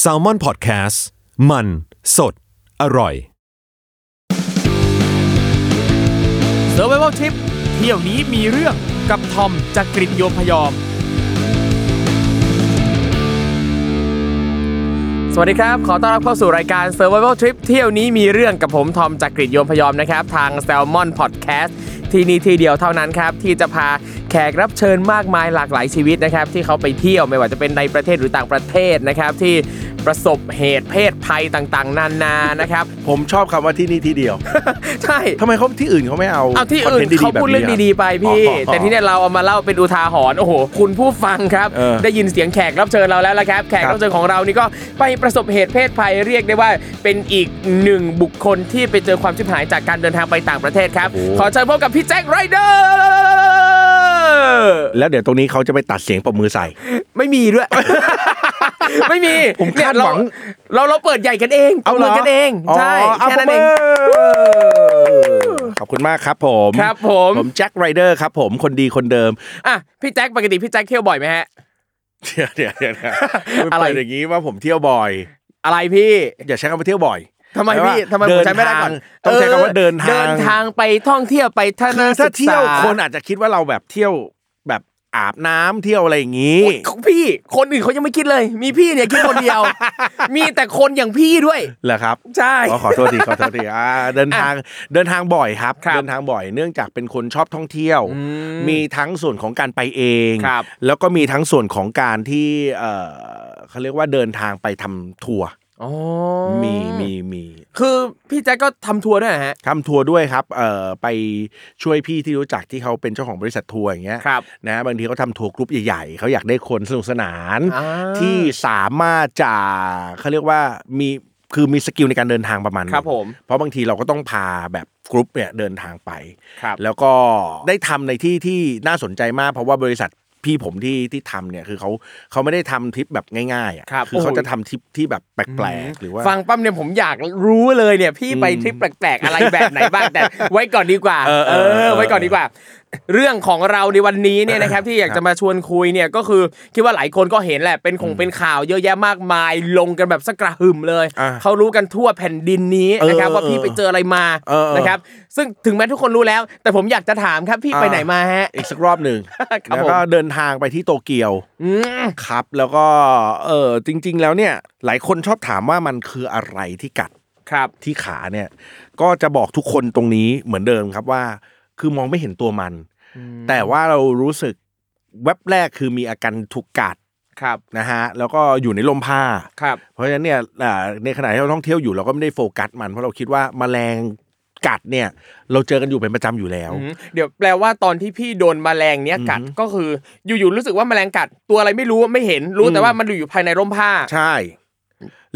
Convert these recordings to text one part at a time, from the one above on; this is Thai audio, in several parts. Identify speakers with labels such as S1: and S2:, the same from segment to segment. S1: แซลมอนพอดแคสต์มันสดอร่อย
S2: s u r v i v a l Trip เที่ยวนี้มีเรื่องกับทอมจากกริฑโยมพยอม สวัสดีครับ ขอต้อนรับเข้าสู่รายการ Survival Trip เที่ยวนี้มีเรื่องกับผมทอมจากกริฑโยมพยอมนะครับ ทาง Salmon Podcast ที่นี่ที่เดียวเท่านั้นครับ ที่จะพาแขกรับเชิญมากมายหลากหลายชีวิตนะครับ ที่เขาไปเที่ยวไม่ว่าจะเป็นในประเทศหรือต่างประเทศนะครับ ที่ประสบเหตุเพศภัยต่างๆ นานานะครับ
S3: ผมชอบคำว่าที่นี่ที่เดียว
S2: ใช่
S3: ทำไมเขาที่อื่นเขาไม่เอา
S2: เอาที่
S3: ค
S2: อื่น
S3: ทต์
S2: เขา
S3: แบบ
S2: พูดเรื่อง
S3: ะ
S2: ดีๆไปพี่
S3: อ๋อ
S2: แต่ที่เนี่ยเราเอามาเล่าเป็นอุทาหรณ์โอ้โหคุณผู้ฟังครับ
S3: เออ
S2: ได้ยินเสียงแขกรับเชิญเราแล้วละครับ แขก
S3: ครับ
S2: รับเชิญของเรานี่ก็ไปประสบเหตุเพศภัยเรียกได้ว่าเป็นอีกหนึ่งบุคคลที่ไปเจอความชิบหายจากการเดินทางไปต่างประเทศครับ ขอเชิญพบกับพี่แจ็คไรเดอร์
S3: แล้วเดี๋ยวตรงนี้เขาจะไปตัดเสียงปรบมือใส่
S2: ไม่มี ด้วย ไม่มี
S3: ผมคาด
S2: เนี่ยเร
S3: หวัง
S2: เราเราเปิดใหญ่กันเอง
S3: เอาเหร
S2: ปิดกันเองใช่
S3: เอา
S2: แค่
S3: ปร
S2: นั้น
S3: บมื
S2: เอ
S3: อง ขอบคุณมากครับผม
S2: ครับผม
S3: ผมแจ็คไรเดอร์ครับผมคนดีคนเดิม
S2: อ่ะพี่แจ็คปกติพี่แจ็คเที่ยวบ่อยไหมฮะ
S3: เดี๋ยวเดี๋ยวเดี๋ยวนะคุณ
S2: อะไร
S3: เปิดอย่างนี้ว่าผมเที่ยวบ่อย
S2: อะไรพี่
S3: อย่าใช้คำว่าเที่ยวบ่อย
S2: ทำไมพี่
S3: แปลว่า
S2: ทำไมผมใช้ไม่ได้ก่อน
S3: เทางต้องใช้คำว่าเดินทาง
S2: เดินทางไปท่องเที่ยวไปทัศน
S3: คือ
S2: ศึ
S3: ถ้าก
S2: ษ
S3: เที่ยวคนอาจจะคิดว่าเราแบบเที่ยวแบบอาบน้ำเที่ยวอะไรอย่างนี้
S2: โอ๊ยพี่ คนอื่นเขายังไม่คิดเลย มีพี่เนี่ยคิดคนเดี ยว มีแต่คนอย่างพี่ด้วย
S3: เหรอครับ
S2: ใช่
S3: อ๋อขอโทษทีขอโทษทีอ่าเดินทางเดินทางบ่อยครับ
S2: ครับ
S3: เดินทางบ่อยเนื่องจากเป็นคนชอบท่องเที่ยว
S2: ม
S3: มีทั้งส่วนของการไปเอง
S2: ครับ
S3: แล้วก็มีทั้งส่วนของการที่เอ่อเขาเรียกว่าเดินทางไปทำทัวร์
S2: อ๋อ
S3: มีมีมี
S2: คือพี่แจ็คก็ทำทัวร์ด้วยเหรอฮะ
S3: ทำทัวร์ด้วยครับเอ่อไปช่วยพี่ที่รู้จักที่เขาเป็นเจ้าของบริษัททัวร์อย่างเงี้ย
S2: ครับ
S3: นะบางทีเขาทำทัวร์กรุ๊ปใหญ่ๆเขาอยากได้คนสนุกสนาน
S2: อ่า
S3: ที่สามารถจะเขาเรียกว่ามีคือมีสกิลในการเดินทางประมาณหนึ่ง
S2: ครับผม
S3: เพราะบางทีเราก็ต้องพาแบบกรุ๊ปเนี่ยเดินทางไป
S2: ครับ
S3: แล้วก็ได้ทำในที่ที่น่าสนใจมาก เพราะว่าบริษัทพี่ผมที่ที่ทำเนี่ยคือเขาเขาไม่ได้ทำทริปแบบง่ายๆอ่ะ
S2: ครับ
S3: คือเขา
S2: โอ้ย
S3: จะทำทริปที่แบบแปลกๆหรือว่า
S2: ฟังปั๊มเนี่ยผมอยากรู้เลยเนี่ย พี่ไปทริปแปลกๆอะไรแบบไหนบ้าง แต่ ไว้ก่อนดีกว่า
S3: เออเออเออ
S2: ไว้ก่อนดีกว่า เรื่องของเราในวันนี้ เนี่ยนะครับ ที่อยากจะมาชวนคุยเนี่ยก็คือคิดว่าหลายคนก็เห็นแหละเป็นคงเป็นข่าวเยอะแยะมากมายลงกันแบบสกระหึ่มเลย
S3: อ่ะ
S2: เขารู้กันทั่วแผ่นดินนี้นะครับ
S3: เออ
S2: ว่าพี่ไปเจออะไรมา
S3: เออเออ
S2: นะครับ ซึ่งถึงแม้ทุกคนรู้แล้ว แต่ผมอยากจะถามครับพี่ไปไหนมาฮะ
S3: อีกสักรอบหนึ่ง
S2: ครับ
S3: แล้ว
S2: ผม
S3: ก็เดินทางไปที่โตเกียว
S2: อืม
S3: ครับ แล้วก็เออจริง ๆ แล้วเนี่ยหลายคนชอบถามว่ามันคืออะไรที่กัด
S2: ครับ
S3: ที่ขาเนี่ยก็จะบอกทุกคนตรงนี้เหมือนเดิมครับว่า คือมองไม่เห็นตัวมัน แต่ว่าเรารู้สึกแวบแรกคือมีอาการถูกกัด
S2: ครับ
S3: นะฮะแล้วก็อยู่ในลมผ้า
S2: ครับ
S3: เพราะฉะนั้นเนี่ยอ่าในขณะที่เราท่องเที่ยวอยู่เราก็ไม่ได้โฟกัสมัน เพราะเราคิดว่าแมลงกัดเนี่ยเราเจอกันอยู่เป็นประจำอยู่แล้ว
S2: อืมเดี๋ยวแปลว่าตอนที่พี่โดนแมลงเนี้ยกัดก็คืออยู่ๆรู้สึกว่าแมลงกัดตัวอะไรไม่รู้ไม่เห็นรู้แต่ว่ามันอยู่ภายในร่มผ้า
S3: ใช่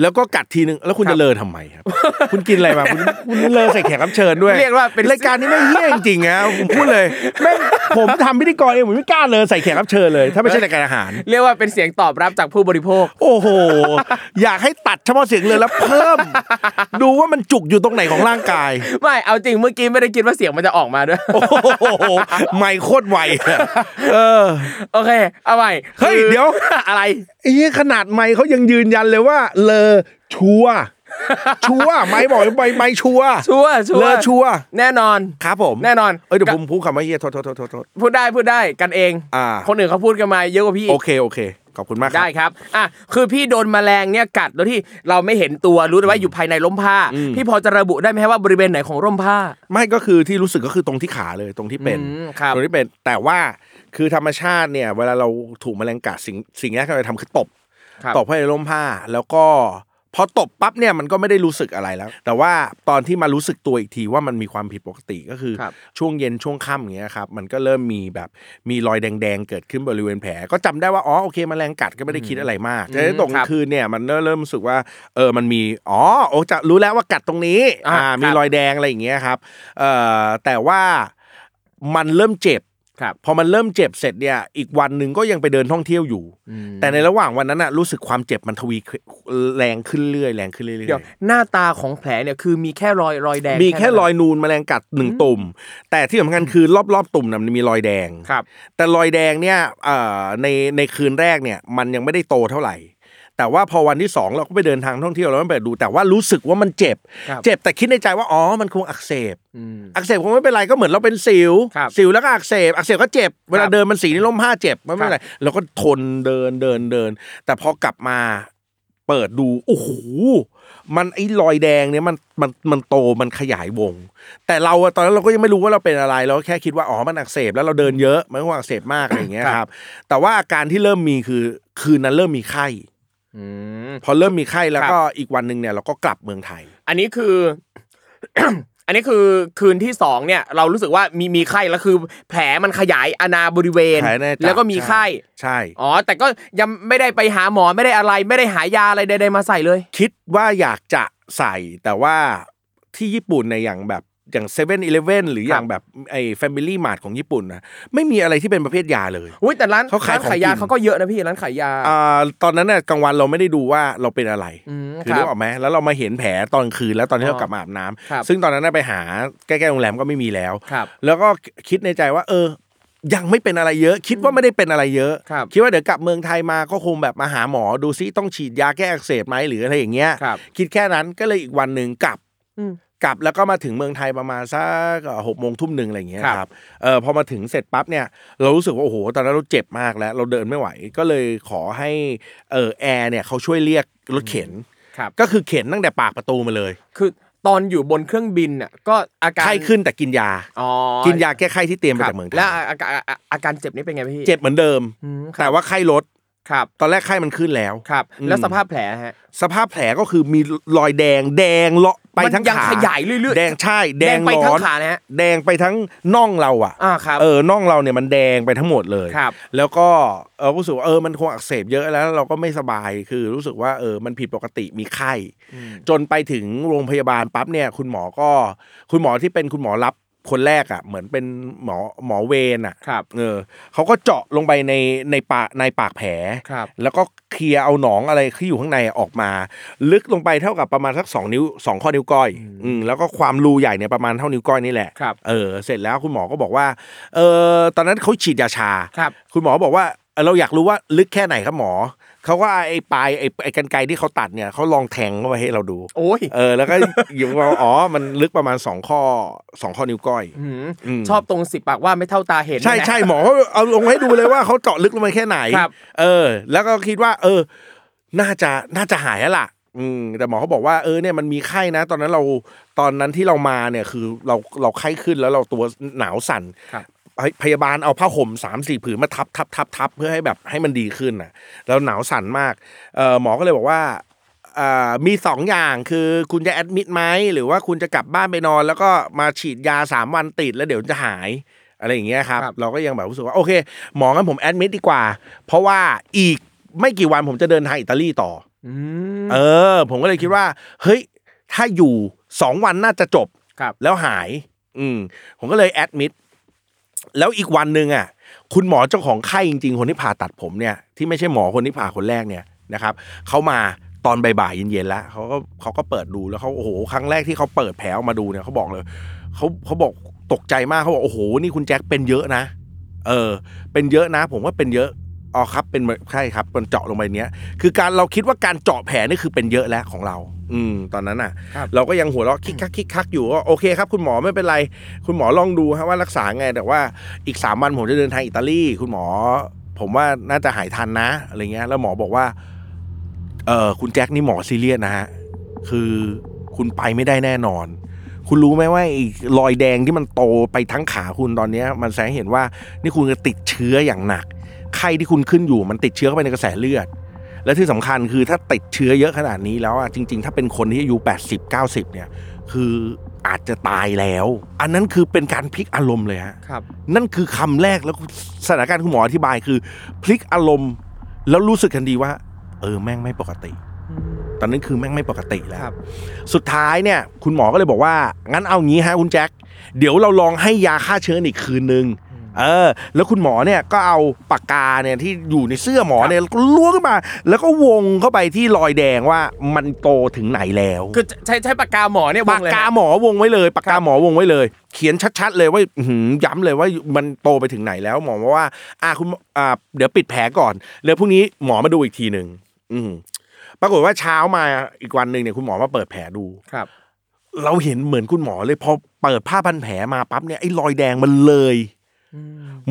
S3: แล้วก็กัดทีนึงแล้วคุณ
S2: ครับ
S3: จะเลอทำไมครับ คุณกินอะไรมาคุณคุณเลอใส่แขกรับเชิญด้วย
S2: เรียกว่าเป็น
S3: รายการนี้ไม่งเฮี้ยจริงๆนะผมพูด เลยแม่งผมทำพิธีกรเองผมไม่กล้าเลอใส่แขกรับเชิญเลย ถ้าไม่ใช่รายการอาหาร
S2: เรียกว่าเป็นเสียงตอบรับจากผู้บริโภค
S3: โอ้โห อยากให้ตัดเฉพาะเสียงเลยแล้วเพิ่ม ดูว่ามันจุกอยู่ตรงไหนของร่างกาย
S2: ไม่เอาจริงเมื่อกี้ไม่ได้คิดว่าเสียงมันจะออกมาด้วย
S3: โอ้โหไม่โคตรไวอะเออ
S2: โอเค เอาใหม่
S3: เฮ้ย
S2: คือ
S3: เดี๋ยว
S2: อะไร
S3: ไอ้เหี้ยขนาดไม่เขายังยืนยันเลยว่า เลอชัวร์ชัวร์ไม่บอกไม่ไม่ชัวร์
S2: ชัวร์ชัว
S3: เล
S2: ร์
S3: อชัวร์
S2: แน่นอน
S3: ครับผม
S2: แน่นอน
S3: เอ้ยเดี๋ยวผม
S2: กะ
S3: พูดคำว่าเฮียโทษโทษโทษโทษโทษ
S2: พูดได้พูดได้กันเอง
S3: อ่า
S2: คนอื่นเขาพูดกันมาเยอะกว่าพี่อีก
S3: โอเค โอเค ขอบคุณมากค
S2: ได้
S3: รับ
S2: ครับ อ่ะ คือพี่โดนแมลงเนี่ยกัดโดยที่เราไม่เห็นตัว รู้แต่ว่าอยู่ภายในร่มผ้า พี่พอจะระบุได้ไหมว่าบริเวณไหนของร่มผ้า
S3: ไม่ก็คือที่รู้สึกก็คือตรงที่ขาเลยตรงที่เป็น
S2: อืมครับ
S3: ตรงที่เป็นแต่ว่าคือธรรมชาติเนี่ย เวลาเราถูกแมลงกัดสิ่งสิ่งแรกที่เราจะทำคือตบ
S2: ครับ
S3: ตบให้ในร่มผ้า แล้วก็พอตบปั๊บเนี่ยมันก็ไม่ได้รู้สึกอะไรแล้ว แต่ว่าตอนที่มารู้สึกตัวอีกทีว่ามันมีความผิดปกติก็คือ
S2: ครับ
S3: ช่วงเย็นช่วงค่ำอย่างเงี้ยครับมันก็เริ่มมีแบบมีรอยแดง ๆ เกิดขึ้นบริเวณแผล ก็จำได้ว่าอ๋อโอเคแมลงกัดก็ไม่ได้คิดอะไรมากแต่ตรง
S2: ครับ
S3: คืนเนี่ยมันเริ่มรู้สึกว่าเออมันมีอ๋อโอ้จะรู้แล้วว่ากัดตรงนี้
S2: อ่า
S3: อ่ามี
S2: ครับ
S3: รอยแดงอะไรอย่างเงี้ยครับเอ่อแต่ว่ามันเริ่มเจ็บ
S2: ครับ
S3: พอมันเริ่มเจ็บเสร็จเนี่ยอีกวันหนึ่งก็ยังไปเดินท่องเที่ยวอยู่ แต่ในระหว่างวันนั้นน่ะรู้สึกความเจ็บมันทวีแรงขึ้นเรื่อยแรงขึ้นเรื่อย
S2: เดี๋ยวหน้าตาของแผลเนี่ยคือมีแค่รอยรอยแดง
S3: มีแค่
S2: นั้น
S3: รอยนูนแมลงกัดหนึ่งตุ่ม แต่ที่สำคัญคือรอบๆตุ่มน่ะมันมีรอยแดง
S2: ครับ
S3: แต่รอยแดงเนี่ยเอ่อในในคืนแรกเนี่ยมันยังไม่ได้โตเท่าไหร่ แต่ว่าพอวันที่สองเราก็ไปเดินทางท่องเที่ยวเราไม่ไปดู แต่ว่ารู้สึกว่ามันเจ็บ
S2: ครับ
S3: เจ็บแต่คิดในใจว่าอ๋อมันคงอักเสบ
S2: อืม
S3: อักเสบคงไม่เป็นไรก็เหมือนเราเป็นสิว
S2: ครับ
S3: สิวแล้วก็อักเสบ อักเสบก็เจ็บ เวลาเดินมันสีนี่ล้มผ้าเจ็บมันไม่เป็นไรเราก็ทนเดินเดินเดิน แต่พอกลับมาเปิดดูโอ้โหมันไอ้รอยแดงเนี่ยมันมันมันโตมันขยายวง แต่เราอะตอนนั้นเราก็ยังไม่รู้ว่าเราเป็นอะไรเราก็แค่คิดว่าอ๋อมันอักเสบแล้วเราเดินเยอะมันก็อักเสบมากอะไรอย่างเงี้ย
S2: ครับ
S3: ครับ แต่ว่าอาการที่เริ่มมีคือคืนนั้นเริ่มมีไข้
S2: อืม
S3: พอเริ่มมีไข้แล้ว
S2: ครับ
S3: ก็อีกวันหนึ่งเนี่ยเราก็กลับเมืองไทย
S2: อันนี้คือ อันนี้คือคืนที่สองเนี่ย เรารู้สึกว่ามีมีไข้แล้วคือ แผลมันขยายอนาบริเวณ
S3: แผลในตับ
S2: แล้วก็มีไข้
S3: ใช่
S2: อ๋อ แต่ก็ยังไม่ได้ไปหาหมอไม่ได้อะไร ไม่ได้หายาอะไรใดๆมาใส่เลย
S3: คิดว่าอยากจะใส่แต่ว่าที่ญี่ปุ่นในยอย่างแบบอย่างเซเว่นอีเลฟเว่นหรืออย่างแบบไอ้แฟมิลี่มาร์ทของญี่ปุ่นนะไม่มีอะไรที่เป็นประเภทยาเลย
S2: อุ้ยแต่ร้าน
S3: เขาขาย
S2: ร้นขายยา
S3: ของกิน
S2: เขาก็เยอะนะพี่ร้านขายยา
S3: อ่าตอนนั้นน่ะกลางวันเราไม่ได้ดูว่าเราเป็นอะไร
S2: อืมค
S3: คือ
S2: รั
S3: รู้
S2: บ
S3: ออกไหมแล้วเรามาเห็นแผลตอนคืนแล้วตอนที่
S2: อ๋อ
S3: เรากลับมาอาบน้ำ
S2: ครับ
S3: ซึ่งตอนนั้นน่ะไปหาใกล้ๆโรงแรมก็ไม่มีแล้ว
S2: ครับ
S3: แล้วก็คิดในใจว่า เออ ยังไม่เป็นอะไรเยอะ คิดว่าไม่ได้เป็นอะไรเยอะ
S2: ครับ
S3: คิดว่าเดี๋ยวกลับเมืองไทยมาก็คงแบบมาหาหมอดูซิต้องฉีดยาแก้อักเสบไหมหรืออะไรอย่างเงี้ย
S2: ครับ
S3: คิดแค่นั้นก็เลยอีกวันหนึ่งกลับ
S2: อืม
S3: กลับแล้วก็มาถึงเมืองไทยประมาณสักหกโมงทุ่มหนึ่งอะไรอย่างเงี้ย
S2: ครับ
S3: ครับเออพอมาถึงเสร็จปั๊บเนี่ยเรารู้สึกว่าโอ้โหตอนนั้นเราเจ็บมากแล้ว เราเดินไม่ไหวก็เลยขอให้เออแอร์เนี่ยเขาช่วยเรียกรถเข็น
S2: ครับ
S3: ก็คือเข็นตั้งแต่ปากประตูมาเลย
S2: คือตอนอยู่บนเครื่องบินน่ะก็อาการ
S3: ไข้ขึ้นแต่กินยา
S2: อ๋อ
S3: กินยาแก้ไข้ที่เตรียม
S2: ค
S3: มา
S2: รับ
S3: จากเมืองไทย
S2: แล้วอาการอาอาการเจ็บนี่เป็นไงพี่
S3: เจ็บเหมือนเดิม
S2: อืมค
S3: แต่
S2: รับ
S3: ว่าไข้ลด
S2: ครับ
S3: ตอนแรกไข้มันขึ้นแล้ว
S2: ครับ
S3: อืม
S2: แล้วสภาพแผลฮะ
S3: สภาพแผลก็คือมีรอยแดงแดงเลาะไปทั้ง
S2: มันยัง
S3: ขา
S2: ขยายเรื่อยๆ
S3: แดงใช่แดง
S2: ไป
S3: ร้
S2: ทั้ง
S3: อน
S2: ขานะฮะ
S3: แดงไปทั้งน่องเราอ่ะ
S2: อ่าครับ
S3: เออน่องเราเนี่ยมันแดงไปทั้งหมดเลย
S2: ครับ
S3: แล้วก็เออรู้สึกว่าเออมันคงอักเสบเยอะแล้วเราก็ไม่สบายคือรู้สึกว่าเออมันผิดปกติมีไข้ จนไปถึงโรงพยาบาลปั๊บเนี่ยคุณหมอก็ คุณหมอที่เป็นคุณหมอรับคนแรกอ่ะ เหมือนเป็นหมอหมอเวรอ่ะ
S2: ครับ
S3: เออเขาก็เจาะลงไปในในปากในปากแผล
S2: ครับ
S3: แล้วก็เคลียร์เอาหนองอะไรที่อยู่ข้างในออกมา ลึกลงไปเท่ากับประมาณสักสองนิ้วสองข้อนิ้วก้อยอืมแล้วก็ความรูใหญ่เนี่ยประมาณเท่านิ้วก้อยนี่แหละ
S2: ครับ
S3: เออเสร็จแล้วคุณหมอก็บอกว่าเออตอนนั้นเขาฉีดยาชา
S2: ครับ
S3: คุณหมอบอกว่าเอ่อเราอยากรู้ว่าลึกแค่ไหนครับหมอเขาก็เอาไอ้ปลายไอ้ไอ้กันไกรที่เขาตัดเนี่ยเขาลองแทงเข้าไปให้เราดู
S2: โอ้ย
S3: เออแล้วก็ อยู่ ว่าอ๋อมันลึกประมาณสองข้อสองข้อนิ้วก้อย
S2: หืม
S3: อืม
S2: ชอบตรงสิบปากว่าไม่เท่าตาเห็น
S3: ใช่
S2: นะ
S3: ใช่หมอเขาเอาลงให้ดูเลยว่าเขาเจาะลึกลงไปแค่ไหน
S2: ครับ
S3: เออ แล้วก็คิดว่า เออ น่าจะน่าจะหายแล้วล่ะ อืมแต่หมอเขาบอกว่าเออเนี่ยมันมีไข้นะ ตอนนั้นเราตอนนั้นที่เรามาเนี่ยคือเราเราไข้ขึ้นแล้วเราตัวหนาวสั่น
S2: ครับ
S3: พยพยาบาลเอาผ้าห่มสามสี่ผืนมาทับทับทับทับเพื่อให้แบบให้มันดีขึ้นน่ะ แล้วหนาวสั่นมากเออหมอก็เลยบอกว่า อ่ามีสองอย่างคือคุณจะแอดมิดไหมหรือว่าคุณจะกลับบ้านไปนอน แล้วก็มาฉีดยาสามวันติดแล้วเดี๋ยวจะหายอะไรอย่างเงี้ยครับ
S2: ครับ
S3: เราก็ยังแบบรู้สึกว่าโอเค หมองั้นผมแอดมิดดีกว่า เพราะว่าอีกไม่กี่วันผมจะเดินทางอิตาลีต่อ
S2: อื
S3: อ
S2: ม
S3: เออ ผมก็เลยคิดว่า เฮ้ย ถ้าอยู่สองวันน่าจะจบ
S2: ครับ
S3: แล้วหาย อืม ผมก็เลยแอดมิด แล้วอีกวันหนึ่งอ่ะ คุณหมอเจ้าของไข้จริงๆ คนที่ผ่าตัดผมเนี่ย ที่ไม่ใช่หมอคนที่ผ่าคนแรกเนี่ยนะครับ เขามาตอนบ่ายๆเย็นๆแล้วเขาก็เขาก็เปิดดูแล้วเขาโอ้โห ครั้งแรกที่เขาเปิดแผลออกมาดูเนี่ยเขาบอกเลยเขาเขาบอกตกใจมากเขาบอกโอ้โห นี่คุณแจ็คเป็นเยอะนะ เออ เป็นเยอะนะ ผมว่าเป็นเยอะ อ๋อครับ เป็นใช่ครับ มันเจาะลงไปเนี้ย คือการเราคิดว่าการเจาะแผลนี่คือเป็นเยอะแล้วของเรา อืม ตอนนั้นอ่ะ
S2: ครับ
S3: เราก็ยังหัวเราะคิกคักคิกคักอยู่ว่าโอเคครับ คุณหมอไม่เป็นไร คุณหมอลองดูฮะว่ารักษาไง แต่ว่าอีกสามวันผมจะเดินทางอิตาลี คุณหมอ ผมว่าน่าจะหายทันนะอะไรเงี้ย แล้วหมอบอกว่า เออคุณแจ็คนี่หมอซีเรียสนะฮะ คือคุณไปไม่ได้แน่นอน คุณรู้ไหมว่าไอ้รอยแดงที่มันโตไปทั้งขาคุณตอนเนี้ย มันแสดงให้เห็นว่านี่คุณติดเชื้ออย่างหนัก ไข้ที่คุณขึ้นอยู่มันติดเชื้อเข้าไปในกระแสเลือด และที่สำคัญคือถ้าติดเชื้อเยอะขนาดนี้แล้วอ่ะจริง ๆ ถ้าเป็นคนที่อายุ80 90 เนี่ย คืออาจจะตายแล้ว อันนั้นคือเป็นการพลิกอารมณ์เลยฮะ
S2: ครับ
S3: นั่นคือคำแรกแล้วสถานการณ์คุณหมออธิบายคือพลิกอารมณ์ แล้วรู้สึกทันทีว่า เออแม่งไม่ปกติ ตอนนั้นคือแม่งไม่ปกติแล้ว
S2: ครับ
S3: สุดท้ายเนี่ย คุณหมอก็เลยบอกว่า งั้นเอางี้ฮะคุณแจ็คเดี๋ยวเราลองให้ยาฆ่าเชื้ออีกคืนนึง เออ แล้วคุณหมอเนี่ยก็เอาปากกาเนี่ยที่อยู่ในเสื้อหมอเนี่ยแล้วก็ล้วงขึ้นมา แล้วก็วงเข้าไปที่รอยแดงว่ามันโตถึงไหนแล้ว
S2: คือใช้ใช้ปากกาหมอเนี่ยว
S3: ปาง ก
S2: เลย
S3: กา
S2: นะ
S3: หมอวงไว้เลย ปากกาหมอวงไว้เลย เขียนชัด ๆ เลยว่าอื้อหือย้ำเลยว่ามันโตไปถึงไหนแล้ว หมอบอกว่า อ่าคุณอ่าเดี๋ยวปิดแผลก่อน แล้วพรุ่งนี้หมอมาดูอีกทีหนึ่งอืม ปรากฏว่าเช้ามาอีกวันหนึ่งเนี่ยคุณหมอมาเปิดแผลดู
S2: ครับ
S3: เราเห็นเหมือนคุณหมอเลยพอเปิดผ้าพันแผลมาปั๊บเนี่ยไอ้รอยแดงมันเลย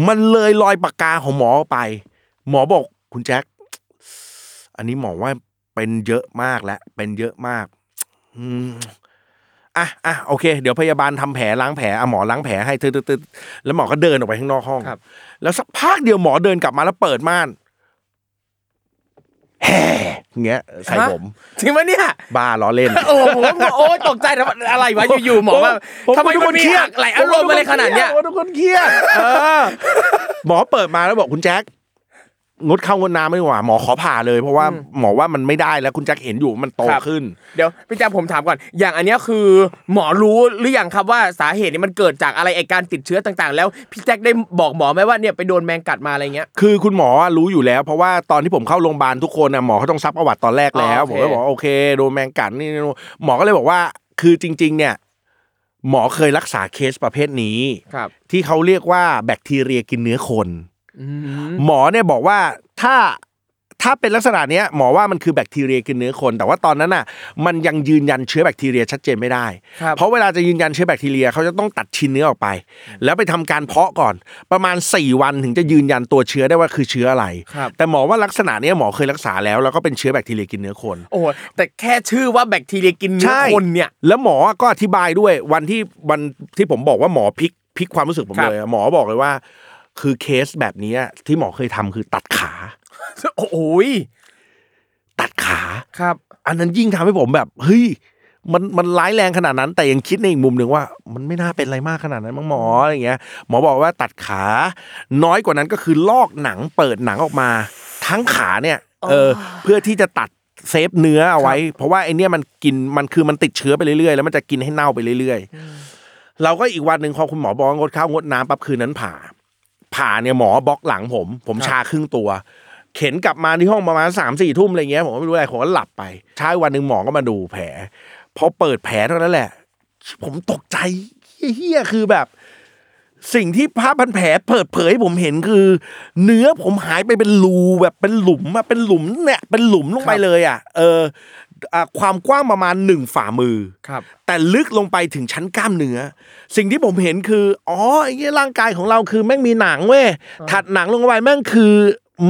S3: มันเลยรอยปากกาของหมอไป หมอบอกคุณแจ็คอันนี้หมอว่าเป็นเยอะมากแล้วเป็นเยอะมากอืมอ่ะอ่ะโอเค เดี๋ยวพยาบาลทำแผลล้างแผลอ่ะหมอล้างแผลให้ตึ๊ดตึ๊ดตึ๊ดแล้วหมอก็เดินออกไปข้างนอกห้อง
S2: ครับ
S3: แล้วสักพักเดียวหมอเดินกลับมาแล้วเปิดม่านแห่อย่างเงี้ย ใส่ผม
S2: จริงปะเนี่ย
S3: บ้าล้อเล่น
S2: โอ้โหผมก็โอ้ตกใจทำไมอะไรวะอยู่ๆ หมอว่า
S3: ผ
S2: ทำไม
S3: ผ
S2: มันมีหลากหลายอารมณ์อะไรขนาดเนี้ย
S3: ผมทุกคนเครียดเออหมอเปิดมาแล้วบอกคุณแจ็คงดเข้างดน้ำไม่หว่าหมอขอผ่าเลย เพราะว่าหมอว่ามันไม่ได้แล้วคุณแจ็คเห็นอยู่มันโต
S2: ครับ
S3: ขึ้น
S2: เดี๋ยวพี่แจมผมถามก่อน อย่างอันเนี้ยคือ หมอรู้หรือยังครับว่าสาเหตุนี้มันเกิดจากอะไรไอการติดเชื้อต่างๆ แล้วพี่แจ็คได้บอกหมอไหมว่าเนี่ยไปโดนแมงกัดมาอะไรเงี้ย
S3: คือคุณหมออะรู้อยู่แล้ว เพราะว่าตอนที่ผมเข้าโรงพยาบาลทุกคนนะหมอเขาต้องซักประวัติตอนแรกแล้ว
S2: อ๋อโอเค
S3: ผมก็บอกว่าโอเคโดนแมงกัดนี่หมอก็เลยบอกว่า คือจริง ๆ เนี่ย หมอเคยรักษาเคสประเภทนี้
S2: ครับ
S3: ที่เขาเรียกว่าแบคทีเรียกินเนื้อคน หมอเนี่ยบอกว่าถ้าถ้าเป็นลักษณะเนี้ยหมอว่ามันคือแบคทีเรียกินเนื้อคน แต่ว่าตอนนั้นน่ะ มันยังยืนยันเชื้อแบคทีเรียชัดเจนไม่ได้
S2: ครับ
S3: เพราะเวลาจะยืนยันเชื้อแบคทีเรียเขาจะต้องตัดชิ้นเนื้อออกไป แล้วไปทำการเพาะก่อน ประมาณ 4 วันถึงจะยืนยันตัวเชื้อได้ว่าคือเชื้ออะไร
S2: ครับ
S3: แต่หมอว่าลักษณะเนี้ยหมอเคยรักษาแล้วแล้วก็เป็นเชื้อแบคทีเรียกินเนื้อคน
S2: โอ้โหแต่แค่ชื่อว่าแบคทีเรียกินเนื้อ
S3: ใช่
S2: คนเนี่ย
S3: แล้วหมอก็อธิบายด้วยวันที่วันที่ผมบอกว่าหมอพลิกพลิกความรู้สึกผม
S2: ครับ
S3: เลยอะหมอบอกเลยว่า คือเคสแบบเนี้ยที่หมอเคยทำคือตัดขา
S2: โอ้โหย
S3: ตัดขา
S2: ครับ
S3: อันนั้นยิ่งทำให้ผมแบบเฮ้ยมันมันร้ายแรงขนาดนั้น แต่ยังคิดในอีกมุมหนึ่งว่า มันไม่น่าเป็นอะไรมากขนาดนั้นมั้งหมออะไรอย่างเงี้ยหมอบอกว่าตัดขา น้อยกว่านั้นก็คือลอกหนังเปิดหนังออกมา ทั้งขาเนี่ยเออเพื่อที่จะตัดเซฟเนื้อเอาไว้ เพราะว่าไอเนี้ยมันกินมันคือมันติดเชื้อไปเรื่อยๆ แล้วมันจะกินให้เน่าไปเรื่อยๆ เราก็อีกวันหนึ่งพอคุณหมอบอกว่างดข้าวงดน้ำปั๊บคืนนั้นผ่า ผ่าเนี่ยหมอบล็อกหลังผม ผมชาครึ่งตัว เข็นกลับมาที่ห้องประมาณสามสี่ทุ่มอะไรเงี้ยผมก็ไม่รู้อะไรผมก็หลับไปเช้าอีกวันหนึ่งหมอก็มาดูแผลพอเปิดแผลเท่านั้นแหละ ผมตกใจเฮี้ยๆคือแบบ สิ่งที่ภาพพันแผลเปิดเผยให้ผมเห็นคือ เนื้อผมหายไปเป็นรูแบบเป็นหลุมอะเป็นหลุมเนี่ยเป็นหลุมลงไป
S2: ครับ
S3: เลยอะเอออ่ะความกว้างประมาณหนึ่งฝ่ามือ
S2: ครับ
S3: แต่ลึกลงไปถึงชั้นกล้ามเนื้อ สิ่งที่ผมเห็นคือ อ๋อไอ้เหี้ยร่างกายของเราคือแม่งมีหนังเว้ยถัดหนังลงไปแม่งคือ